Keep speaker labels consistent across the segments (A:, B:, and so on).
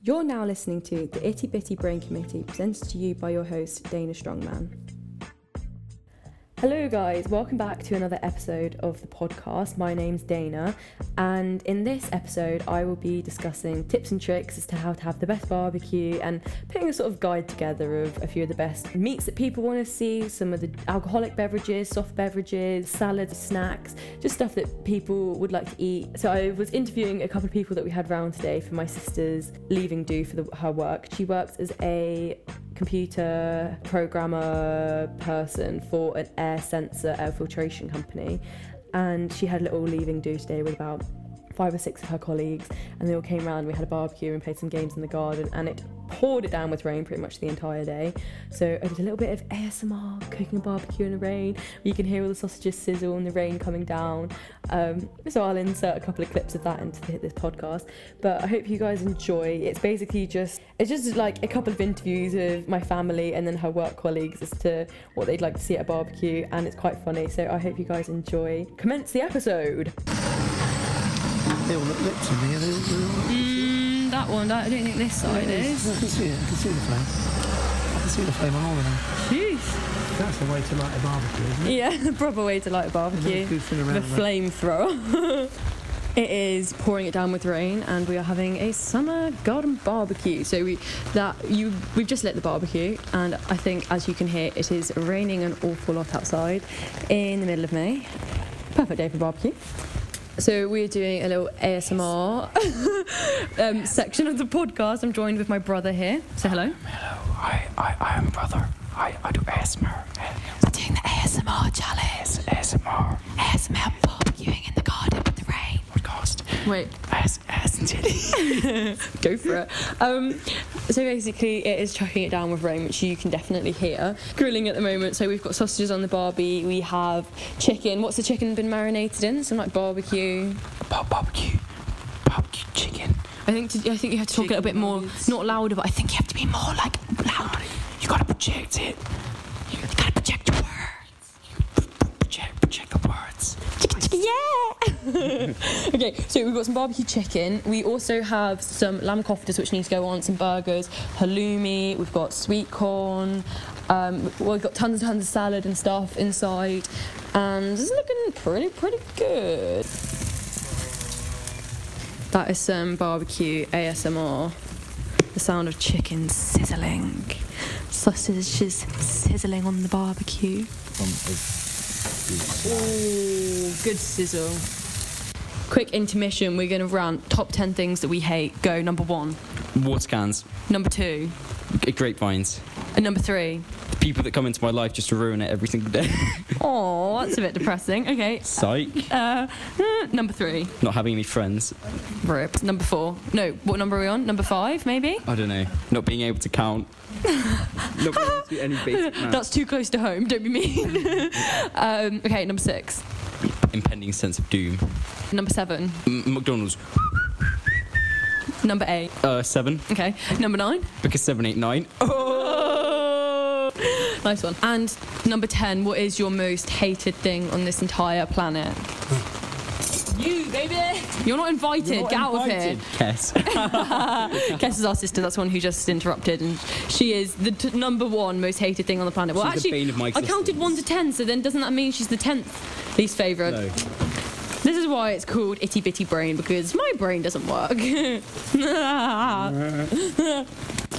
A: You're now listening to the Itty Bitty Brain Committee, presented to you by your host, Dana Strongman. Hello, guys, welcome back to another episode of the podcast. My name's Dana, and in this episode, I will be discussing tips and tricks as to how to have the best barbecue and putting a sort of guide together of a few of the best meats that people want to see, some of the alcoholic beverages, soft beverages, salads, snacks, just stuff that people would like to eat. So I was interviewing a couple of people that we had round today for my sister's leaving do for the, her work. She works as a computer programmer person for an air sensor air filtration company and she had a little leaving do today with about five or six of her colleagues and they all came round we had a barbecue and played some games in the garden and it poured it down with rain pretty much the entire day so i did a little bit of asmr cooking a barbecue in the rain you can hear all the sausages sizzle and the rain coming down um, so i'll insert a couple of clips of that into the, this podcast but i hope you guys enjoy it's basically just it's just like a couple of interviews of my family and then her work colleagues as to what they'd like to see at a barbecue and it's quite funny so i hope you guys enjoy commence the episode
B: They all look lit to me. Are they all, they're all-
C: Mm, that one, I don't think this side
B: I
C: is.
B: can see it. I can see the flame. I can see the flame on all of them.
C: Jeez.
B: That's a way to light a barbecue, isn't it?
C: Yeah, the proper way to light a barbecue.
B: Good thing
C: The
B: around that.
C: flamethrower. it is pouring it down with rain, and we are having a summer garden barbecue. So we that you we've just lit the barbecue, and I think as you can hear, it is raining an awful lot outside in the middle of May. Perfect day for barbecue. So we're doing a little ASMR um, section of the podcast. I'm joined with my brother here. Say hello.
D: I, I, I am brother. I, I do ASMR.
E: I'm doing the ASMR challenge.
D: ASMR
E: ASMR barbecuing in the garden with the rain.
D: Oh podcast.
C: Wait,
D: AS, AS,
C: go for it. Um, so basically, it is chucking it down with rain, which you can definitely hear. Grilling at the moment, so we've got sausages on the barbie. We have chicken. What's the chicken been marinated in? Some like barbecue.
D: Bob, barbecue, barbecue chicken.
C: I think to, I think you have to talk a little bit more, not louder, but I think you have to be more like
D: Loud. You gotta project it. You gotta project your words. Project, project the words.
C: yeah. okay, so we've got some barbecue chicken. We also have some lamb cofters which need to go on, some burgers, halloumi. We've got sweet corn. Um, well, we've got tons and tons of salad and stuff inside, and it's looking pretty pretty good. That is some barbecue ASMR. The sound of chicken sizzling, sausages sizzling on the barbecue. Ooh, good sizzle. Quick intermission. We're going to rant top 10 things that we hate. Go number one,
F: Water cans,
C: number two,
F: g- grapevines,
C: and number three.
F: people that come into my life just to ruin it every single day.
C: Oh, that's a bit depressing. Okay.
F: Psych.
C: Uh, uh, number three,
F: Not having any friends.
C: rip. Number four, no, what number are we on? Number five, maybe?
F: I don't know. Not being able to count. Not being able to do any basic math.
C: That's too close to home, don't be mean. um, okay, number six,
F: Impending sense of doom.
C: number seven,
F: M- McDonald's.
C: number eight,
F: Uh, seven.
C: okay, number nine.
F: Because seven, eight, nine.
C: Oh. Nice one. And number 10, what is your most hated thing on this entire planet? You, baby! You're not invited. Get out of
F: Yes.
C: here. Kes is our sister. That's the one who just interrupted. And she is the t- number one most hated thing on the planet. Well,
F: She's the
C: actually,
F: bane of my
C: I counted
F: existence.
C: 1 to 10, so then doesn't that mean she's the 10th least favourite?
F: no.
C: This is why it's called Itty Bitty Brain, because my brain doesn't work.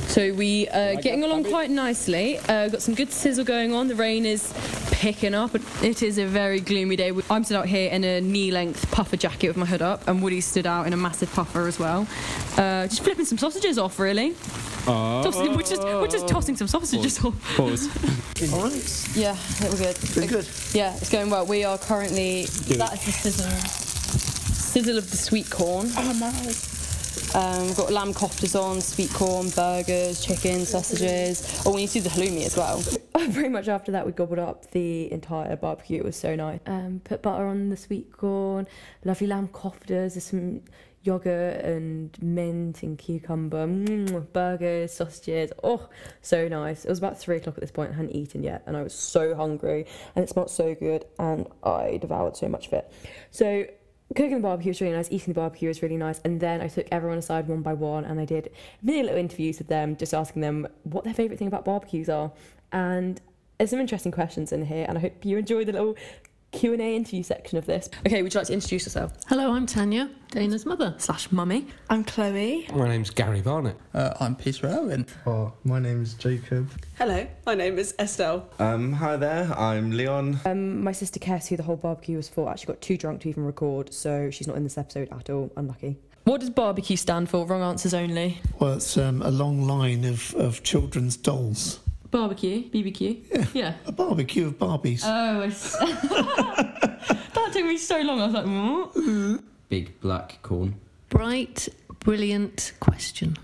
C: So we uh, getting along quite nicely. Uh, got some good sizzle going on. The rain is picking up. It is a very gloomy day. I'm stood out here in a knee-length puffer jacket with my hood up, and Woody stood out in a massive puffer as well. Uh, just flipping some sausages off, really. Tossing, we're just we're just tossing some sausages off.
F: Pause.
B: All right.
C: Yeah, that we're good.
B: Been good.
C: Yeah, it's going well. We are currently. That is the sizzle. Sizzle of the sweet corn. Oh my. Um, we've got lamb cofters on, sweet corn, burgers, chicken, sausages. Oh, we need to do the halloumi as well.
A: pretty much after that we gobbled up the entire barbecue it was so nice um, put butter on the sweet corn lovely lamb cofters there's some yogurt and mint and cucumber mm, burgers sausages oh so nice it was about three o'clock at this point i hadn't eaten yet and i was so hungry and it smelled so good and i devoured so much of it so cooking the barbecue was really nice, eating the barbecue was really nice, and then I took everyone aside one by one and I did mini little interviews with them, just asking them what their favourite thing about barbecues are. And there's some interesting questions in here, and I hope you enjoy the little Q and A interview section of this.
C: Okay, would you like to introduce yourself?
G: Hello, I'm Tanya, Dana's mother slash mummy.
H: I'm Chloe.
I: My name's Gary Barnett.
B: Uh, I'm Peter Owen.
J: Oh, my name's Jacob.
K: Hello, my name is Estelle.
L: Um, hi there, I'm Leon.
A: Um, my sister Kess, who the whole barbecue was for, actually got too drunk to even record, so she's not in this episode at all. Unlucky.
C: What does barbecue stand for? Wrong answers only.
B: Well, it's um, a long line of, of children's dolls.
G: Barbecue, BBQ.
B: Yeah.
G: Yeah.
B: A barbecue of Barbies.
C: Uh,
G: Oh, I s- that took me so long. I was like,
C: "Mm."
G: "What?"
F: Big black corn.
G: bright, brilliant question.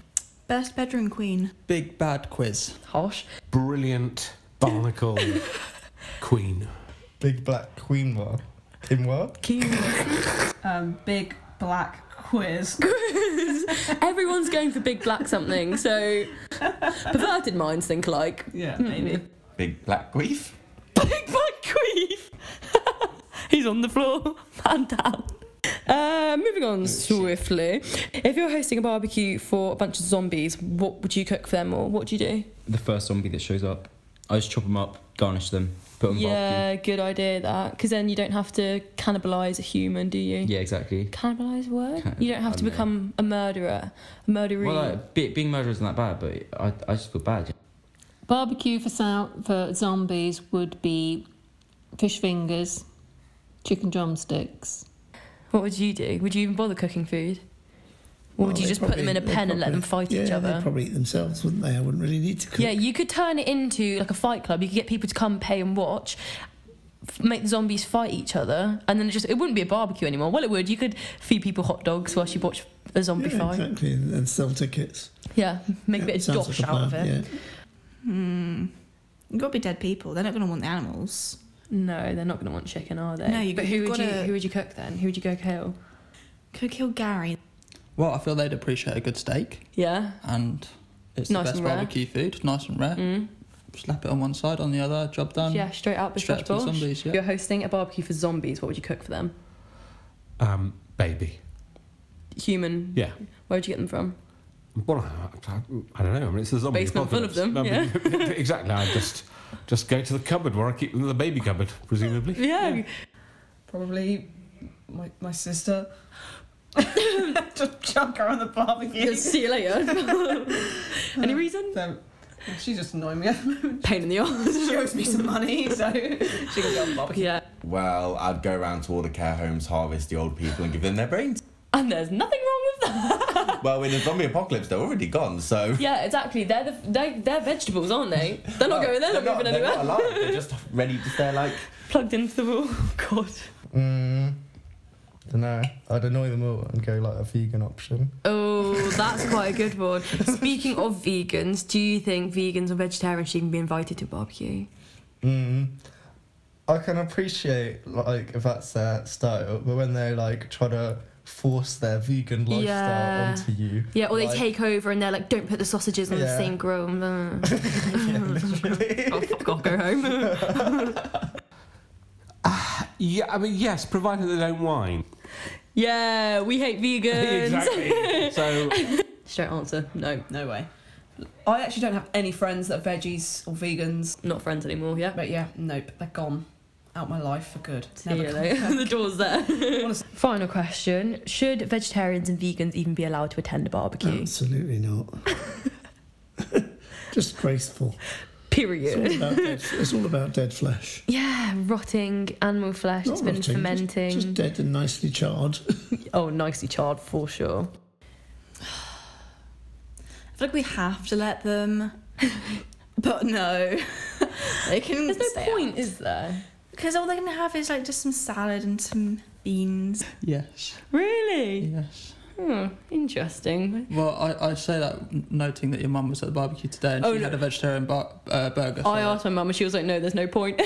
H: Best bedroom queen.
J: Big bad quiz.
C: Harsh.
I: Brilliant barnacle queen.
J: Big black quinoa. Quinoa?
K: Um, big black quiz.
C: Everyone's going for big black something, so perverted minds think alike. Hmm.
K: Yeah, maybe.
L: Big black queef.
G: Big Black Queef. He's on the floor, man down.
C: Uh, moving
L: Oh,
C: on swiftly. If you're hosting a barbecue for a bunch of zombies, what would you cook for them or what do you do?
F: The first zombie that shows up, I just chop them up, garnish them, put them
C: yeah, good idea that. Because then you don't have to cannibalise a human, do you?
F: barbecue. Yeah, exactly.
C: Cannibalise word?
F: Can-
C: you don't have
F: I
C: to
F: don't know.
C: become a murderer, a murderee.
F: Well, like, be, being murdered isn't that bad, but I, I just feel bad.
G: Barbecue for sou- for zombies would be fish fingers, chicken drumsticks.
C: what would you do? Would you even bother cooking food? Or
B: Well,
C: would you
B: they'd
C: just put them
B: probably-
C: in a
B: they'd
C: pen and let them
B: probably-
C: fight each
B: yeah,
C: other?
B: They'd probably eat themselves, wouldn't they? I wouldn't really need to cook.
C: Yeah, you could turn it into like a fight club. You could get people to come pay and watch, f- make the zombies fight each other, and then it just it wouldn't be a barbecue anymore. Well, it would. You could feed people hot dogs whilst you watch a zombie
B: yeah,
C: fight.
B: exactly, and, and sell tickets.
C: Yeah, make a
B: Yeah,
C: bit of
B: sounds
C: dosh
B: like a
C: out of it.
B: plan,
H: Hmm. You gotta be dead people. They're not gonna want the animals.
C: No, they're not going to want chicken, are they?
H: No, you-
C: but who
H: you've
C: would you
H: gotta-
C: who would you cook then? Who would you go kill?
H: Go kill Gary.
J: Well, I feel they'd appreciate a good steak,
C: Yeah.
J: and it's
C: Nice
J: the best
C: and rare.
J: barbecue food. Nice and rare.
C: Mm.
J: Slap it on one side, on the other. Job
A: Um,
J: done.
C: yeah, straight out the
J: Straight up to the zombies. Yeah.
C: You're hosting a barbecue for zombies. What would you cook for them?
I: Um, baby.
C: Human.
I: Yeah.
C: Where would you get them from?
I: Well, I, I- I don't know. I mean, it's a zombie.
C: Basement full of
I: apocalypse. I mean, exactly. I just just go to the cupboard where I keep them, the baby cupboard, presumably.
C: Yeah.
K: Probably my, my sister. Just chuck her on the barbecue.
C: See you later. Any reason?
K: So, she's just annoying me at the moment.
C: Pain in the arse.
K: She owes me some money, so she can go on the barbecue.
C: Yeah.
L: Well, I'd go around to all the care homes, harvest the old people, and give them their brains.
C: And there's nothing wrong with that.
L: well, in the zombie apocalypse, they're already gone, so.
C: Yeah, exactly. They're the, they they're vegetables, aren't they? They're not going. They're, not moving
L: they're
C: anywhere.
L: Not alive. They're just ready to stay like.
C: Plugged into the wall. God.
J: Mm, don't know. I'd annoy them all and go like a vegan option.
C: Oh, that's quite a good one. Speaking of vegans, do you think vegans or vegetarians should even be invited to a barbecue?
J: Mm. I can appreciate like if that's their style, but when they like try to force their vegan lifestyle
C: Yeah.
J: onto you,
C: Yeah, or they
J: Like-
C: take over and they're like, don't put the sausages on the
J: Yeah.
C: same grill. Mm. oh, fuck off, go home.
I: Yeah, I mean, yes, provided they don't whine.
C: yeah, we hate vegans.
I: exactly. So
C: Straight answer. No,
K: No way. I actually don't have any friends that are veggies or vegans,
C: not friends anymore. Yeah.
K: but yeah, nope, they're gone. Out my life for good.
C: See you later. the door's there. Final question: Should vegetarians and vegans even be allowed to attend a barbecue?
B: Absolutely not. Just graceful. It's all
C: Period.
B: about dead, it's all about dead flesh.
C: Yeah, rotting animal flesh. it's
B: Not
C: been
B: rotting, just-
C: fermenting.
B: Just, dead and nicely charred.
C: Oh, nicely charred for sure.
H: I feel like we have to let them. but no. they can
C: There's no
H: stay
C: point, is there?
H: Because all they're gonna have is like just some salad and some beans.
J: yes,
C: Really?
J: yes.
C: Hmm, interesting.
J: Well, I, I say that n- noting that your mum was at the barbecue today and
C: Oh,
J: she
C: no.
J: had a vegetarian bar- uh, burger. for
C: I
J: it.
C: asked my mum and she was like, no, there's no point.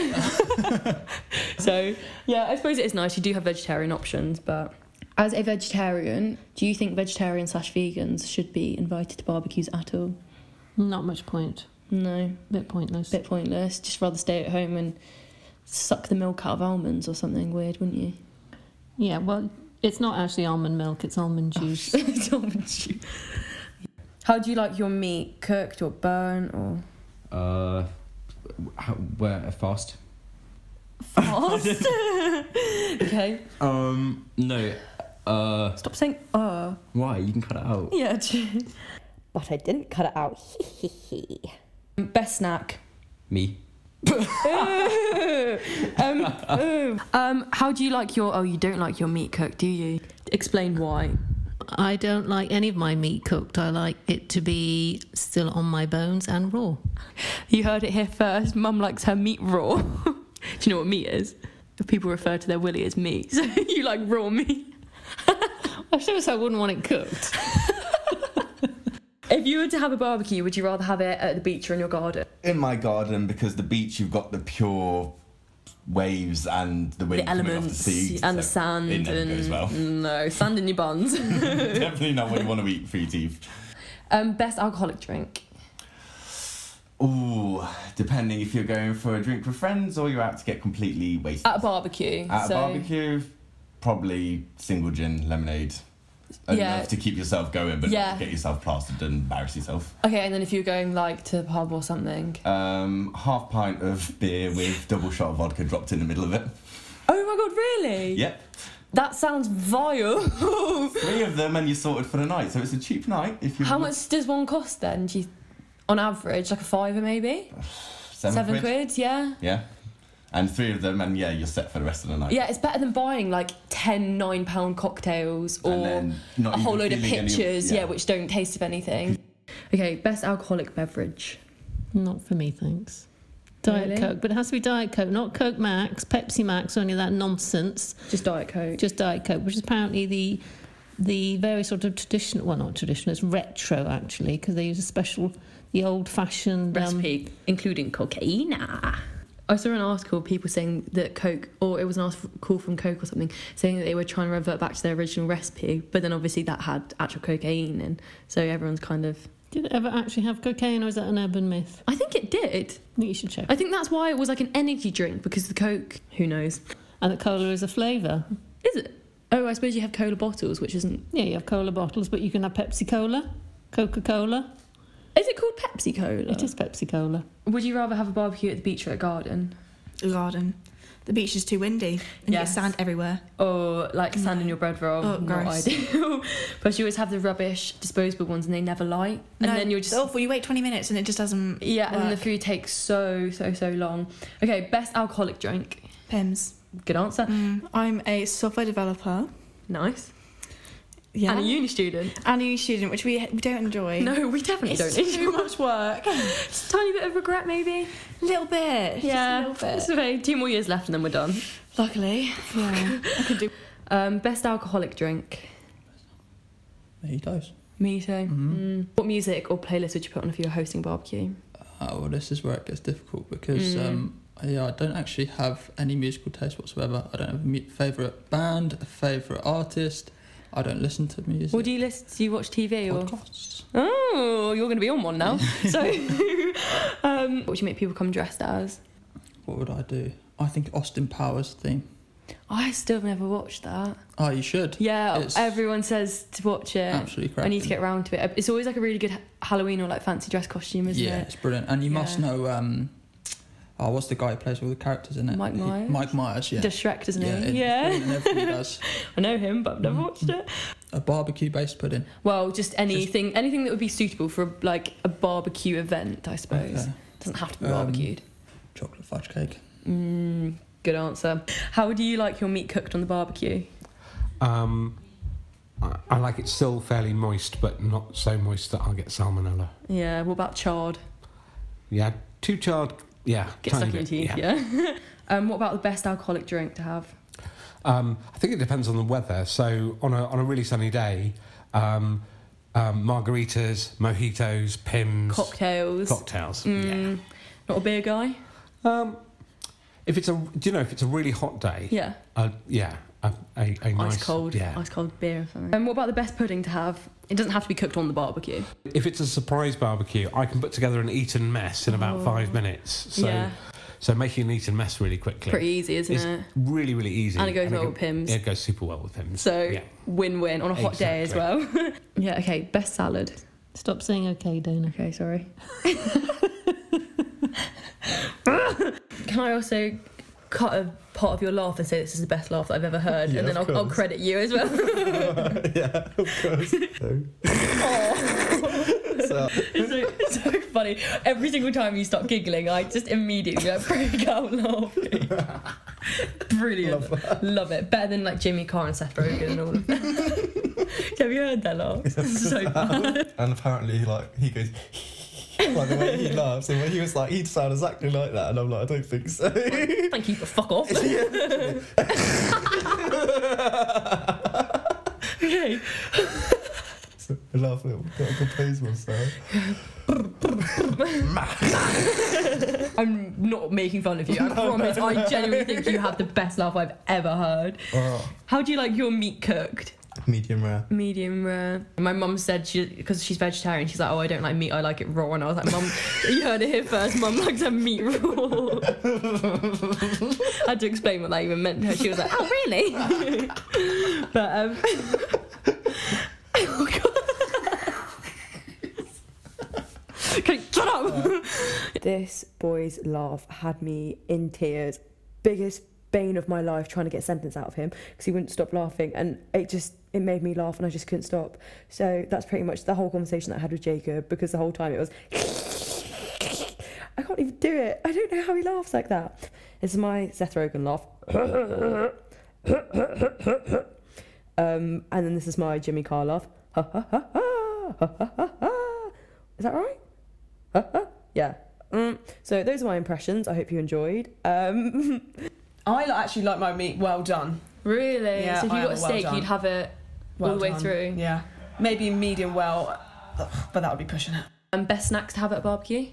C: so, yeah, I suppose it is nice. You do have vegetarian options, but. As a vegetarian, do you think vegetarian slash vegans should be invited to barbecues at all?
G: Not much point.
C: No,
G: Bit pointless.
C: bit pointless. Just rather stay at home and suck the milk out of almonds or something weird, wouldn't you?
G: Yeah, well,
M: It's not actually almond milk, it's almond
J: Oh,
M: juice.
C: it's almond juice. How do you like your meat? Cooked or burnt or?
F: Uh, how, where fast?
C: Fast. okay.
F: Um, no. Uh,
C: Stop saying uh.
F: why? You can cut it out.
C: Yeah, true.
A: But I didn't cut it out.
C: Best snack.
F: Me.
C: um, ooh. um, how do you like your? Oh, you don't like your meat cooked, do you? Explain why.
M: I don't like any of my meat cooked. I like it to be still on my bones and raw.
C: You heard it here first. Mum likes her meat raw. do you know what meat is? People refer to their willy as meat. So you like raw meat.
M: I suppose I wouldn't want it cooked.
C: If you were to have a barbecue, would you rather have it at the beach or in your garden?
L: In my garden, because the beach, you've got the pure waves and the wind
C: the
L: coming
C: elements
L: off the sea,
C: and the
L: so
C: sand
L: It never
C: and
L: goes well.
C: no sand in your buns.
L: Definitely not what you want to eat for your teeth.
C: um, best alcoholic drink.
L: Ooh, depending if you're going for a drink with friends or you're out to get completely wasted.
C: At a barbecue.
L: At
C: so
L: a barbecue, probably single gin, lemonade. Enough
C: Yeah.
L: to keep yourself going, but
C: Yeah.
L: not get yourself plastered and embarrass yourself.
C: Okay, and then if you're going like to the pub or something.
L: Um, half pint of beer with double shot of vodka dropped in the middle of it.
C: Oh my god, really?
L: Yep.
C: That sounds vile.
L: Three of them and you're sorted for the night. So it's a cheap night if you
C: How much does one cost then? Do you, on average, like a fiver maybe?
L: Seven, quid.
C: yeah.
L: Yeah. And three of them and yeah, you're set for the rest of the night.
C: Yeah, it's better than buying like 10 nine pound cocktails or
L: not
C: a whole
L: even
C: load of
L: feeling any-
C: pictures,
L: yeah.
C: yeah, which don't taste of anything. Okay, best alcoholic beverage.
M: Not for me, thanks. Diet
C: Really?
M: Coke, but it has to be Diet Coke, not Coke Max, Pepsi Max, or any of that nonsense.
C: Just Diet Coke.
M: Just Diet Coke, which is apparently the the very sort of traditional, well, not traditional, it's retro actually, because they use a special, the um, old fashioned
C: Recipe, including cocaine. I saw an article of people saying that Coke, or it was an article from Coke or something, saying that they were trying to revert back to their original recipe, but then obviously that had actual cocaine, and so everyone's kind of.
M: Did it ever actually have cocaine, or is that an urban myth?
C: I think it did.
M: I think you should check.
C: I think that's why it was like an energy drink because the Coke, who knows?
M: And that cola is a flavour.
C: Is it? Oh, I suppose you have cola bottles, which isn't.
M: Yeah, you have cola bottles, but you can have Pepsi Cola, Coca Cola.
C: Is it called Pepsi Cola?
M: It is Pepsi Cola.
C: Would you rather have a barbecue at the beach or a garden?
H: Garden. The beach is too windy. And you get
C: Yes.
H: sand everywhere.
C: Or like sand in your bread roll?
H: Oh,
C: Not
H: gross.
C: ideal. but you always have the rubbish disposable ones, and they never light. And
H: No,
C: then you're just
H: it's awful. You wait 20 minutes and it just doesn't.
C: Yeah, and then the
H: work.
C: food takes so so so long. Okay, best alcoholic drink.
H: Pims. Mm.
C: Good answer.
H: I'm a software developer.
C: Nice.
H: Yeah.
C: And a uni student.
H: And a uni student, which we, we don't enjoy.
C: No, we definitely
H: It's
C: don't
H: Too much work.
C: Just a tiny bit of regret, maybe.
H: A little bit.
C: yeah.
H: Just a little
C: It's
H: bit.
C: okay. Two more years left, and then we're done.
H: Luckily. Yeah. I can do.
C: Um, best alcoholic drink.
N: Mojitos.
C: Me too.
B: Mm-hmm.
C: Mm. What music or playlist would you put on if you were hosting barbecue?
N: Oh, well, this is where it gets difficult because
C: Mm.
N: um, yeah, I don't actually have any musical taste whatsoever. I don't have a mu- favourite band, a favourite artist. I don't listen to music.
C: What do you listen? Do you watch TV or?
N: Podcasts.
C: Oh, you're going to be on one now. so, um, what would you make people come dressed as?
N: What would I do? I think Austin Powers theme.
C: I still never watched that.
N: Oh, you should.
C: Yeah,
N: It's
C: everyone says to watch it.
N: absolutely
C: I need to
N: cracking.
C: get round to it. It's always like a really good ha- Halloween or like fancy dress costume, isn't
N: yeah,
C: it?
N: it's brilliant. And you must
C: Yeah.
N: know. Um, oh, what's the guy who plays all the characters in it?
C: Mike
N: He-
C: Myers?
N: Mike Myers. Yeah.
C: Does Shrek, doesn't
N: yeah,
C: he? Yeah.
N: it's brilliant in everything he does. Mm.
C: I know him, but I've never watched it.
N: A barbecue based pudding.
C: Well, just anything, anything that would be suitable for like a barbecue event, I suppose.
N: Okay.
C: Doesn't have to be
N: Um,
C: barbecued.
N: Chocolate fudge cake.
C: Mm, good answer. How do you like your meat cooked on the barbecue?
I: Um, I, I like it still fairly moist, but not so moist that I'll get salmonella.
C: Yeah. What about charred?
I: Yeah, too charred. Yeah,
C: Get
I: tiny
C: stuck in your
I: bit,
C: teeth. Yeah. um, what about the best alcoholic drink to have?
I: Um, I think it depends on the weather. So on a on a really sunny day, um, um, margaritas, mojitos, pims,
C: Cocktails.
I: cocktails.
C: Mm, Not a beer guy.
I: Um, if it's a do you know if it's a really hot day?
C: Yeah.
I: Uh, yeah. A, a, a nice
C: ice cold.
I: Yeah.
C: Ice cold beer or something. And what about the best pudding to have? It doesn't have to be cooked on the barbecue.
I: If it's a surprise barbecue, I can put together an eaten mess in about
C: Oh.
I: five minutes. So
C: Yeah.
I: So making an eat and mess really quickly.
C: Pretty easy, isn't
I: It's
C: it?
I: Really, really easy.
C: And it goes well
I: go-
C: with Pimm's.
I: It goes super well with Pims.
C: So
I: yeah.
C: win-win on a hot day as well. yeah. Okay. Best salad.
M: Stop saying okay, Dana.
C: Okay, sorry. Can I also cut a part of your laugh and say this is the best laugh that I've ever heard,
J: Yeah,
C: and then
J: of
C: I'll, I'll
J: course.
C: credit you as well.
J: yeah, of course. So, so,
C: it's, so, it's so funny. Every single time you start giggling, I just immediately like break out laughing. Brilliant. Love, it. Better than like Jimmy Carr and Seth Rogen and all of that. Have you heard that laugh? It's so bad.
J: and apparently, like he goes. By the way, he laughs, and when he was like, he'd sound exactly like that, and I'm like, I don't think so.
C: Thank you, but fuck off. okay.
J: so I laugh at him, gotta compose myself.
C: I'm not making fun of you. I
J: No,
C: promise.
J: no, no.
C: I genuinely think you have the best laugh I've ever heard.
J: Oh,
C: How do you like your meat cooked?
J: medium rare.
C: Medium rare. My mum said she because she's vegetarian. She's like, oh, I don't like meat. I like it raw. And I was like, mum, you heard it here first. Mum likes her meat raw. I had to explain what that even meant to her. She was like, oh, really? but um. Oh, God. Okay, shut
J: Uh,
C: up.
A: this boy's laugh had me in tears. Biggest bane of my life trying to get a sentence out of him because he wouldn't stop laughing and it just it made me laugh and I just couldn't stop. So that's pretty much the whole conversation that I had with Jacob because the whole time it was I can't even do it. I don't know how he laughs like that. This is my Seth Rogen laugh. um, and then this is my Jimmy Carr laugh. Is that right? yeah. Mm. So those are my impressions. I hope you enjoyed. Um,
K: I li- actually like my meat well done.
C: Really?
K: Yeah,
C: so if
K: I am
C: you got a
K: well
C: steak,
K: done.
C: you'd have it
K: Well
C: all the way
K: done.
C: through.
K: Yeah. Maybe medium well, ugh, but that would be pushing it.
C: And um, best snacks to have at a barbecue?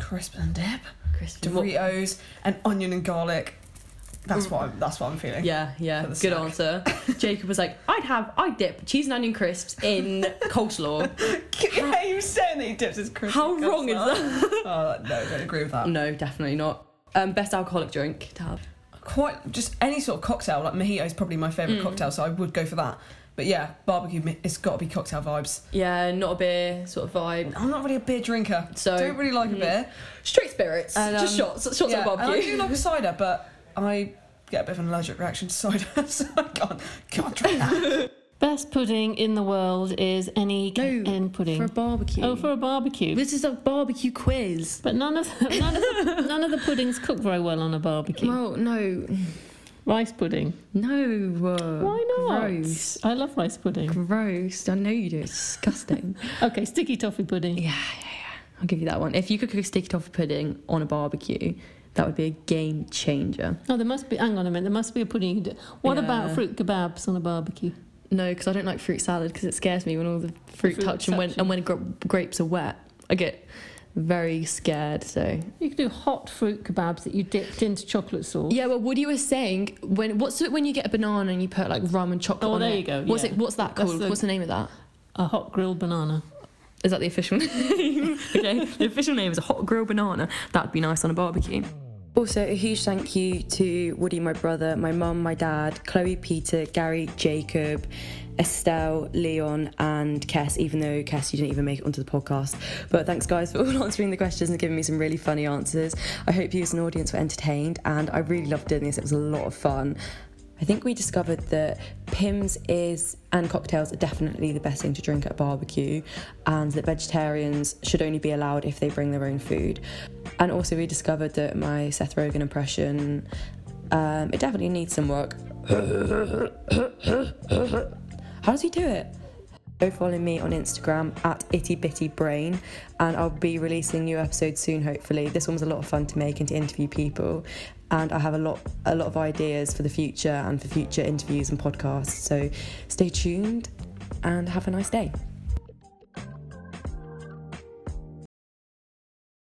K: Crisp and dip.
C: Crisp and what- Mm.
K: Doritos and onion and garlic. That's what I'm, that's what I'm feeling.
C: Yeah, yeah.
K: For
C: Good
K: the snack.
C: answer. Jacob was like, I'd have, I'd dip cheese and onion crisps in coleslaw.
K: yeah, he was saying that he dips his crisp.
C: How
K: in
C: wrong is
K: coleslaw.
C: that?
K: oh, no, I don't agree with that.
C: no, definitely not. Um, best alcoholic drink to have.
K: Quite just any sort of cocktail. Like mojito is probably my favourite
C: Mm.
K: cocktail, so I would go for that. But yeah, barbecue. mi- It's got to be cocktail vibes.
C: Yeah, not a beer sort of vibe.
K: I'm not really a beer drinker,
C: so mm.
K: don't really like a beer.
C: Straight spirits,
K: And,
C: just
K: um,
C: shots, shots
K: yeah,
C: at a
K: and
C: barbecue.
K: I do like a cider, but I get a bit of an allergic reaction to cider, so I can't can't drink that.
M: Best pudding in the world is any in pudding
C: for a barbecue.
M: Oh, for a barbecue.
C: This is a barbecue quiz.
M: But none of none of the, none of the puddings cook very well on a barbecue.
C: Well, no.
M: Rice pudding.
C: No. uh,
M: Why not?
C: Gross. Oh,
M: I love rice pudding.
C: Gross. I know you do. It's disgusting.
M: okay, sticky toffee pudding.
C: Yeah, yeah, yeah. I'll give you that one. If you could cook a sticky toffee pudding on a barbecue, that would be a game changer.
M: Oh, there must be. Hang on a minute. There must be a pudding you can do. What about
C: Yeah.
M: fruit kebabs on a barbecue?
C: No, because I don't like fruit salad because it scares me when all the fruit,
M: Fruit
C: touch and when
M: touching.
C: and when gra- grapes are wet, I get very scared. So
M: You could do hot fruit kebabs that you dipped into chocolate sauce.
C: yeah, well, Woody was saying when what's it when you get a banana and you put like rum and chocolate?
M: Oh,
C: on
M: there
C: it?
M: you go,
C: What's
M: yeah.
C: it? What's that
M: That's
C: called?
M: the-
C: What's the name of that?
M: A hot grilled banana.
C: Is that the official name? okay, the official name is a hot grilled banana. That'd be nice on a barbecue.
A: Also, a huge thank you to Woody, my brother, my mum, my dad, Chloe, Peter, Gary, Jacob, Estelle, Leon, and Kes, even though Kes, you didn't even make it onto the podcast. But thanks, guys, for all answering the questions and giving me some really funny answers. I hope you as an audience were entertained, and I really loved doing this. It was a lot of fun. I think we discovered that Pims is and cocktails are definitely the best thing to drink at a barbecue, and that vegetarians should only be allowed if they bring their own food. And also, we discovered that my Seth Rogen impression um, it definitely needs some work. How does he do it? Go follow me on Instagram at itty bitty brain, and I'll be releasing new episodes soon. Hopefully, this one was a lot of fun to make and to interview people, and I have a lot a lot of ideas for the future and for future interviews and podcasts. So, stay tuned and have a nice day.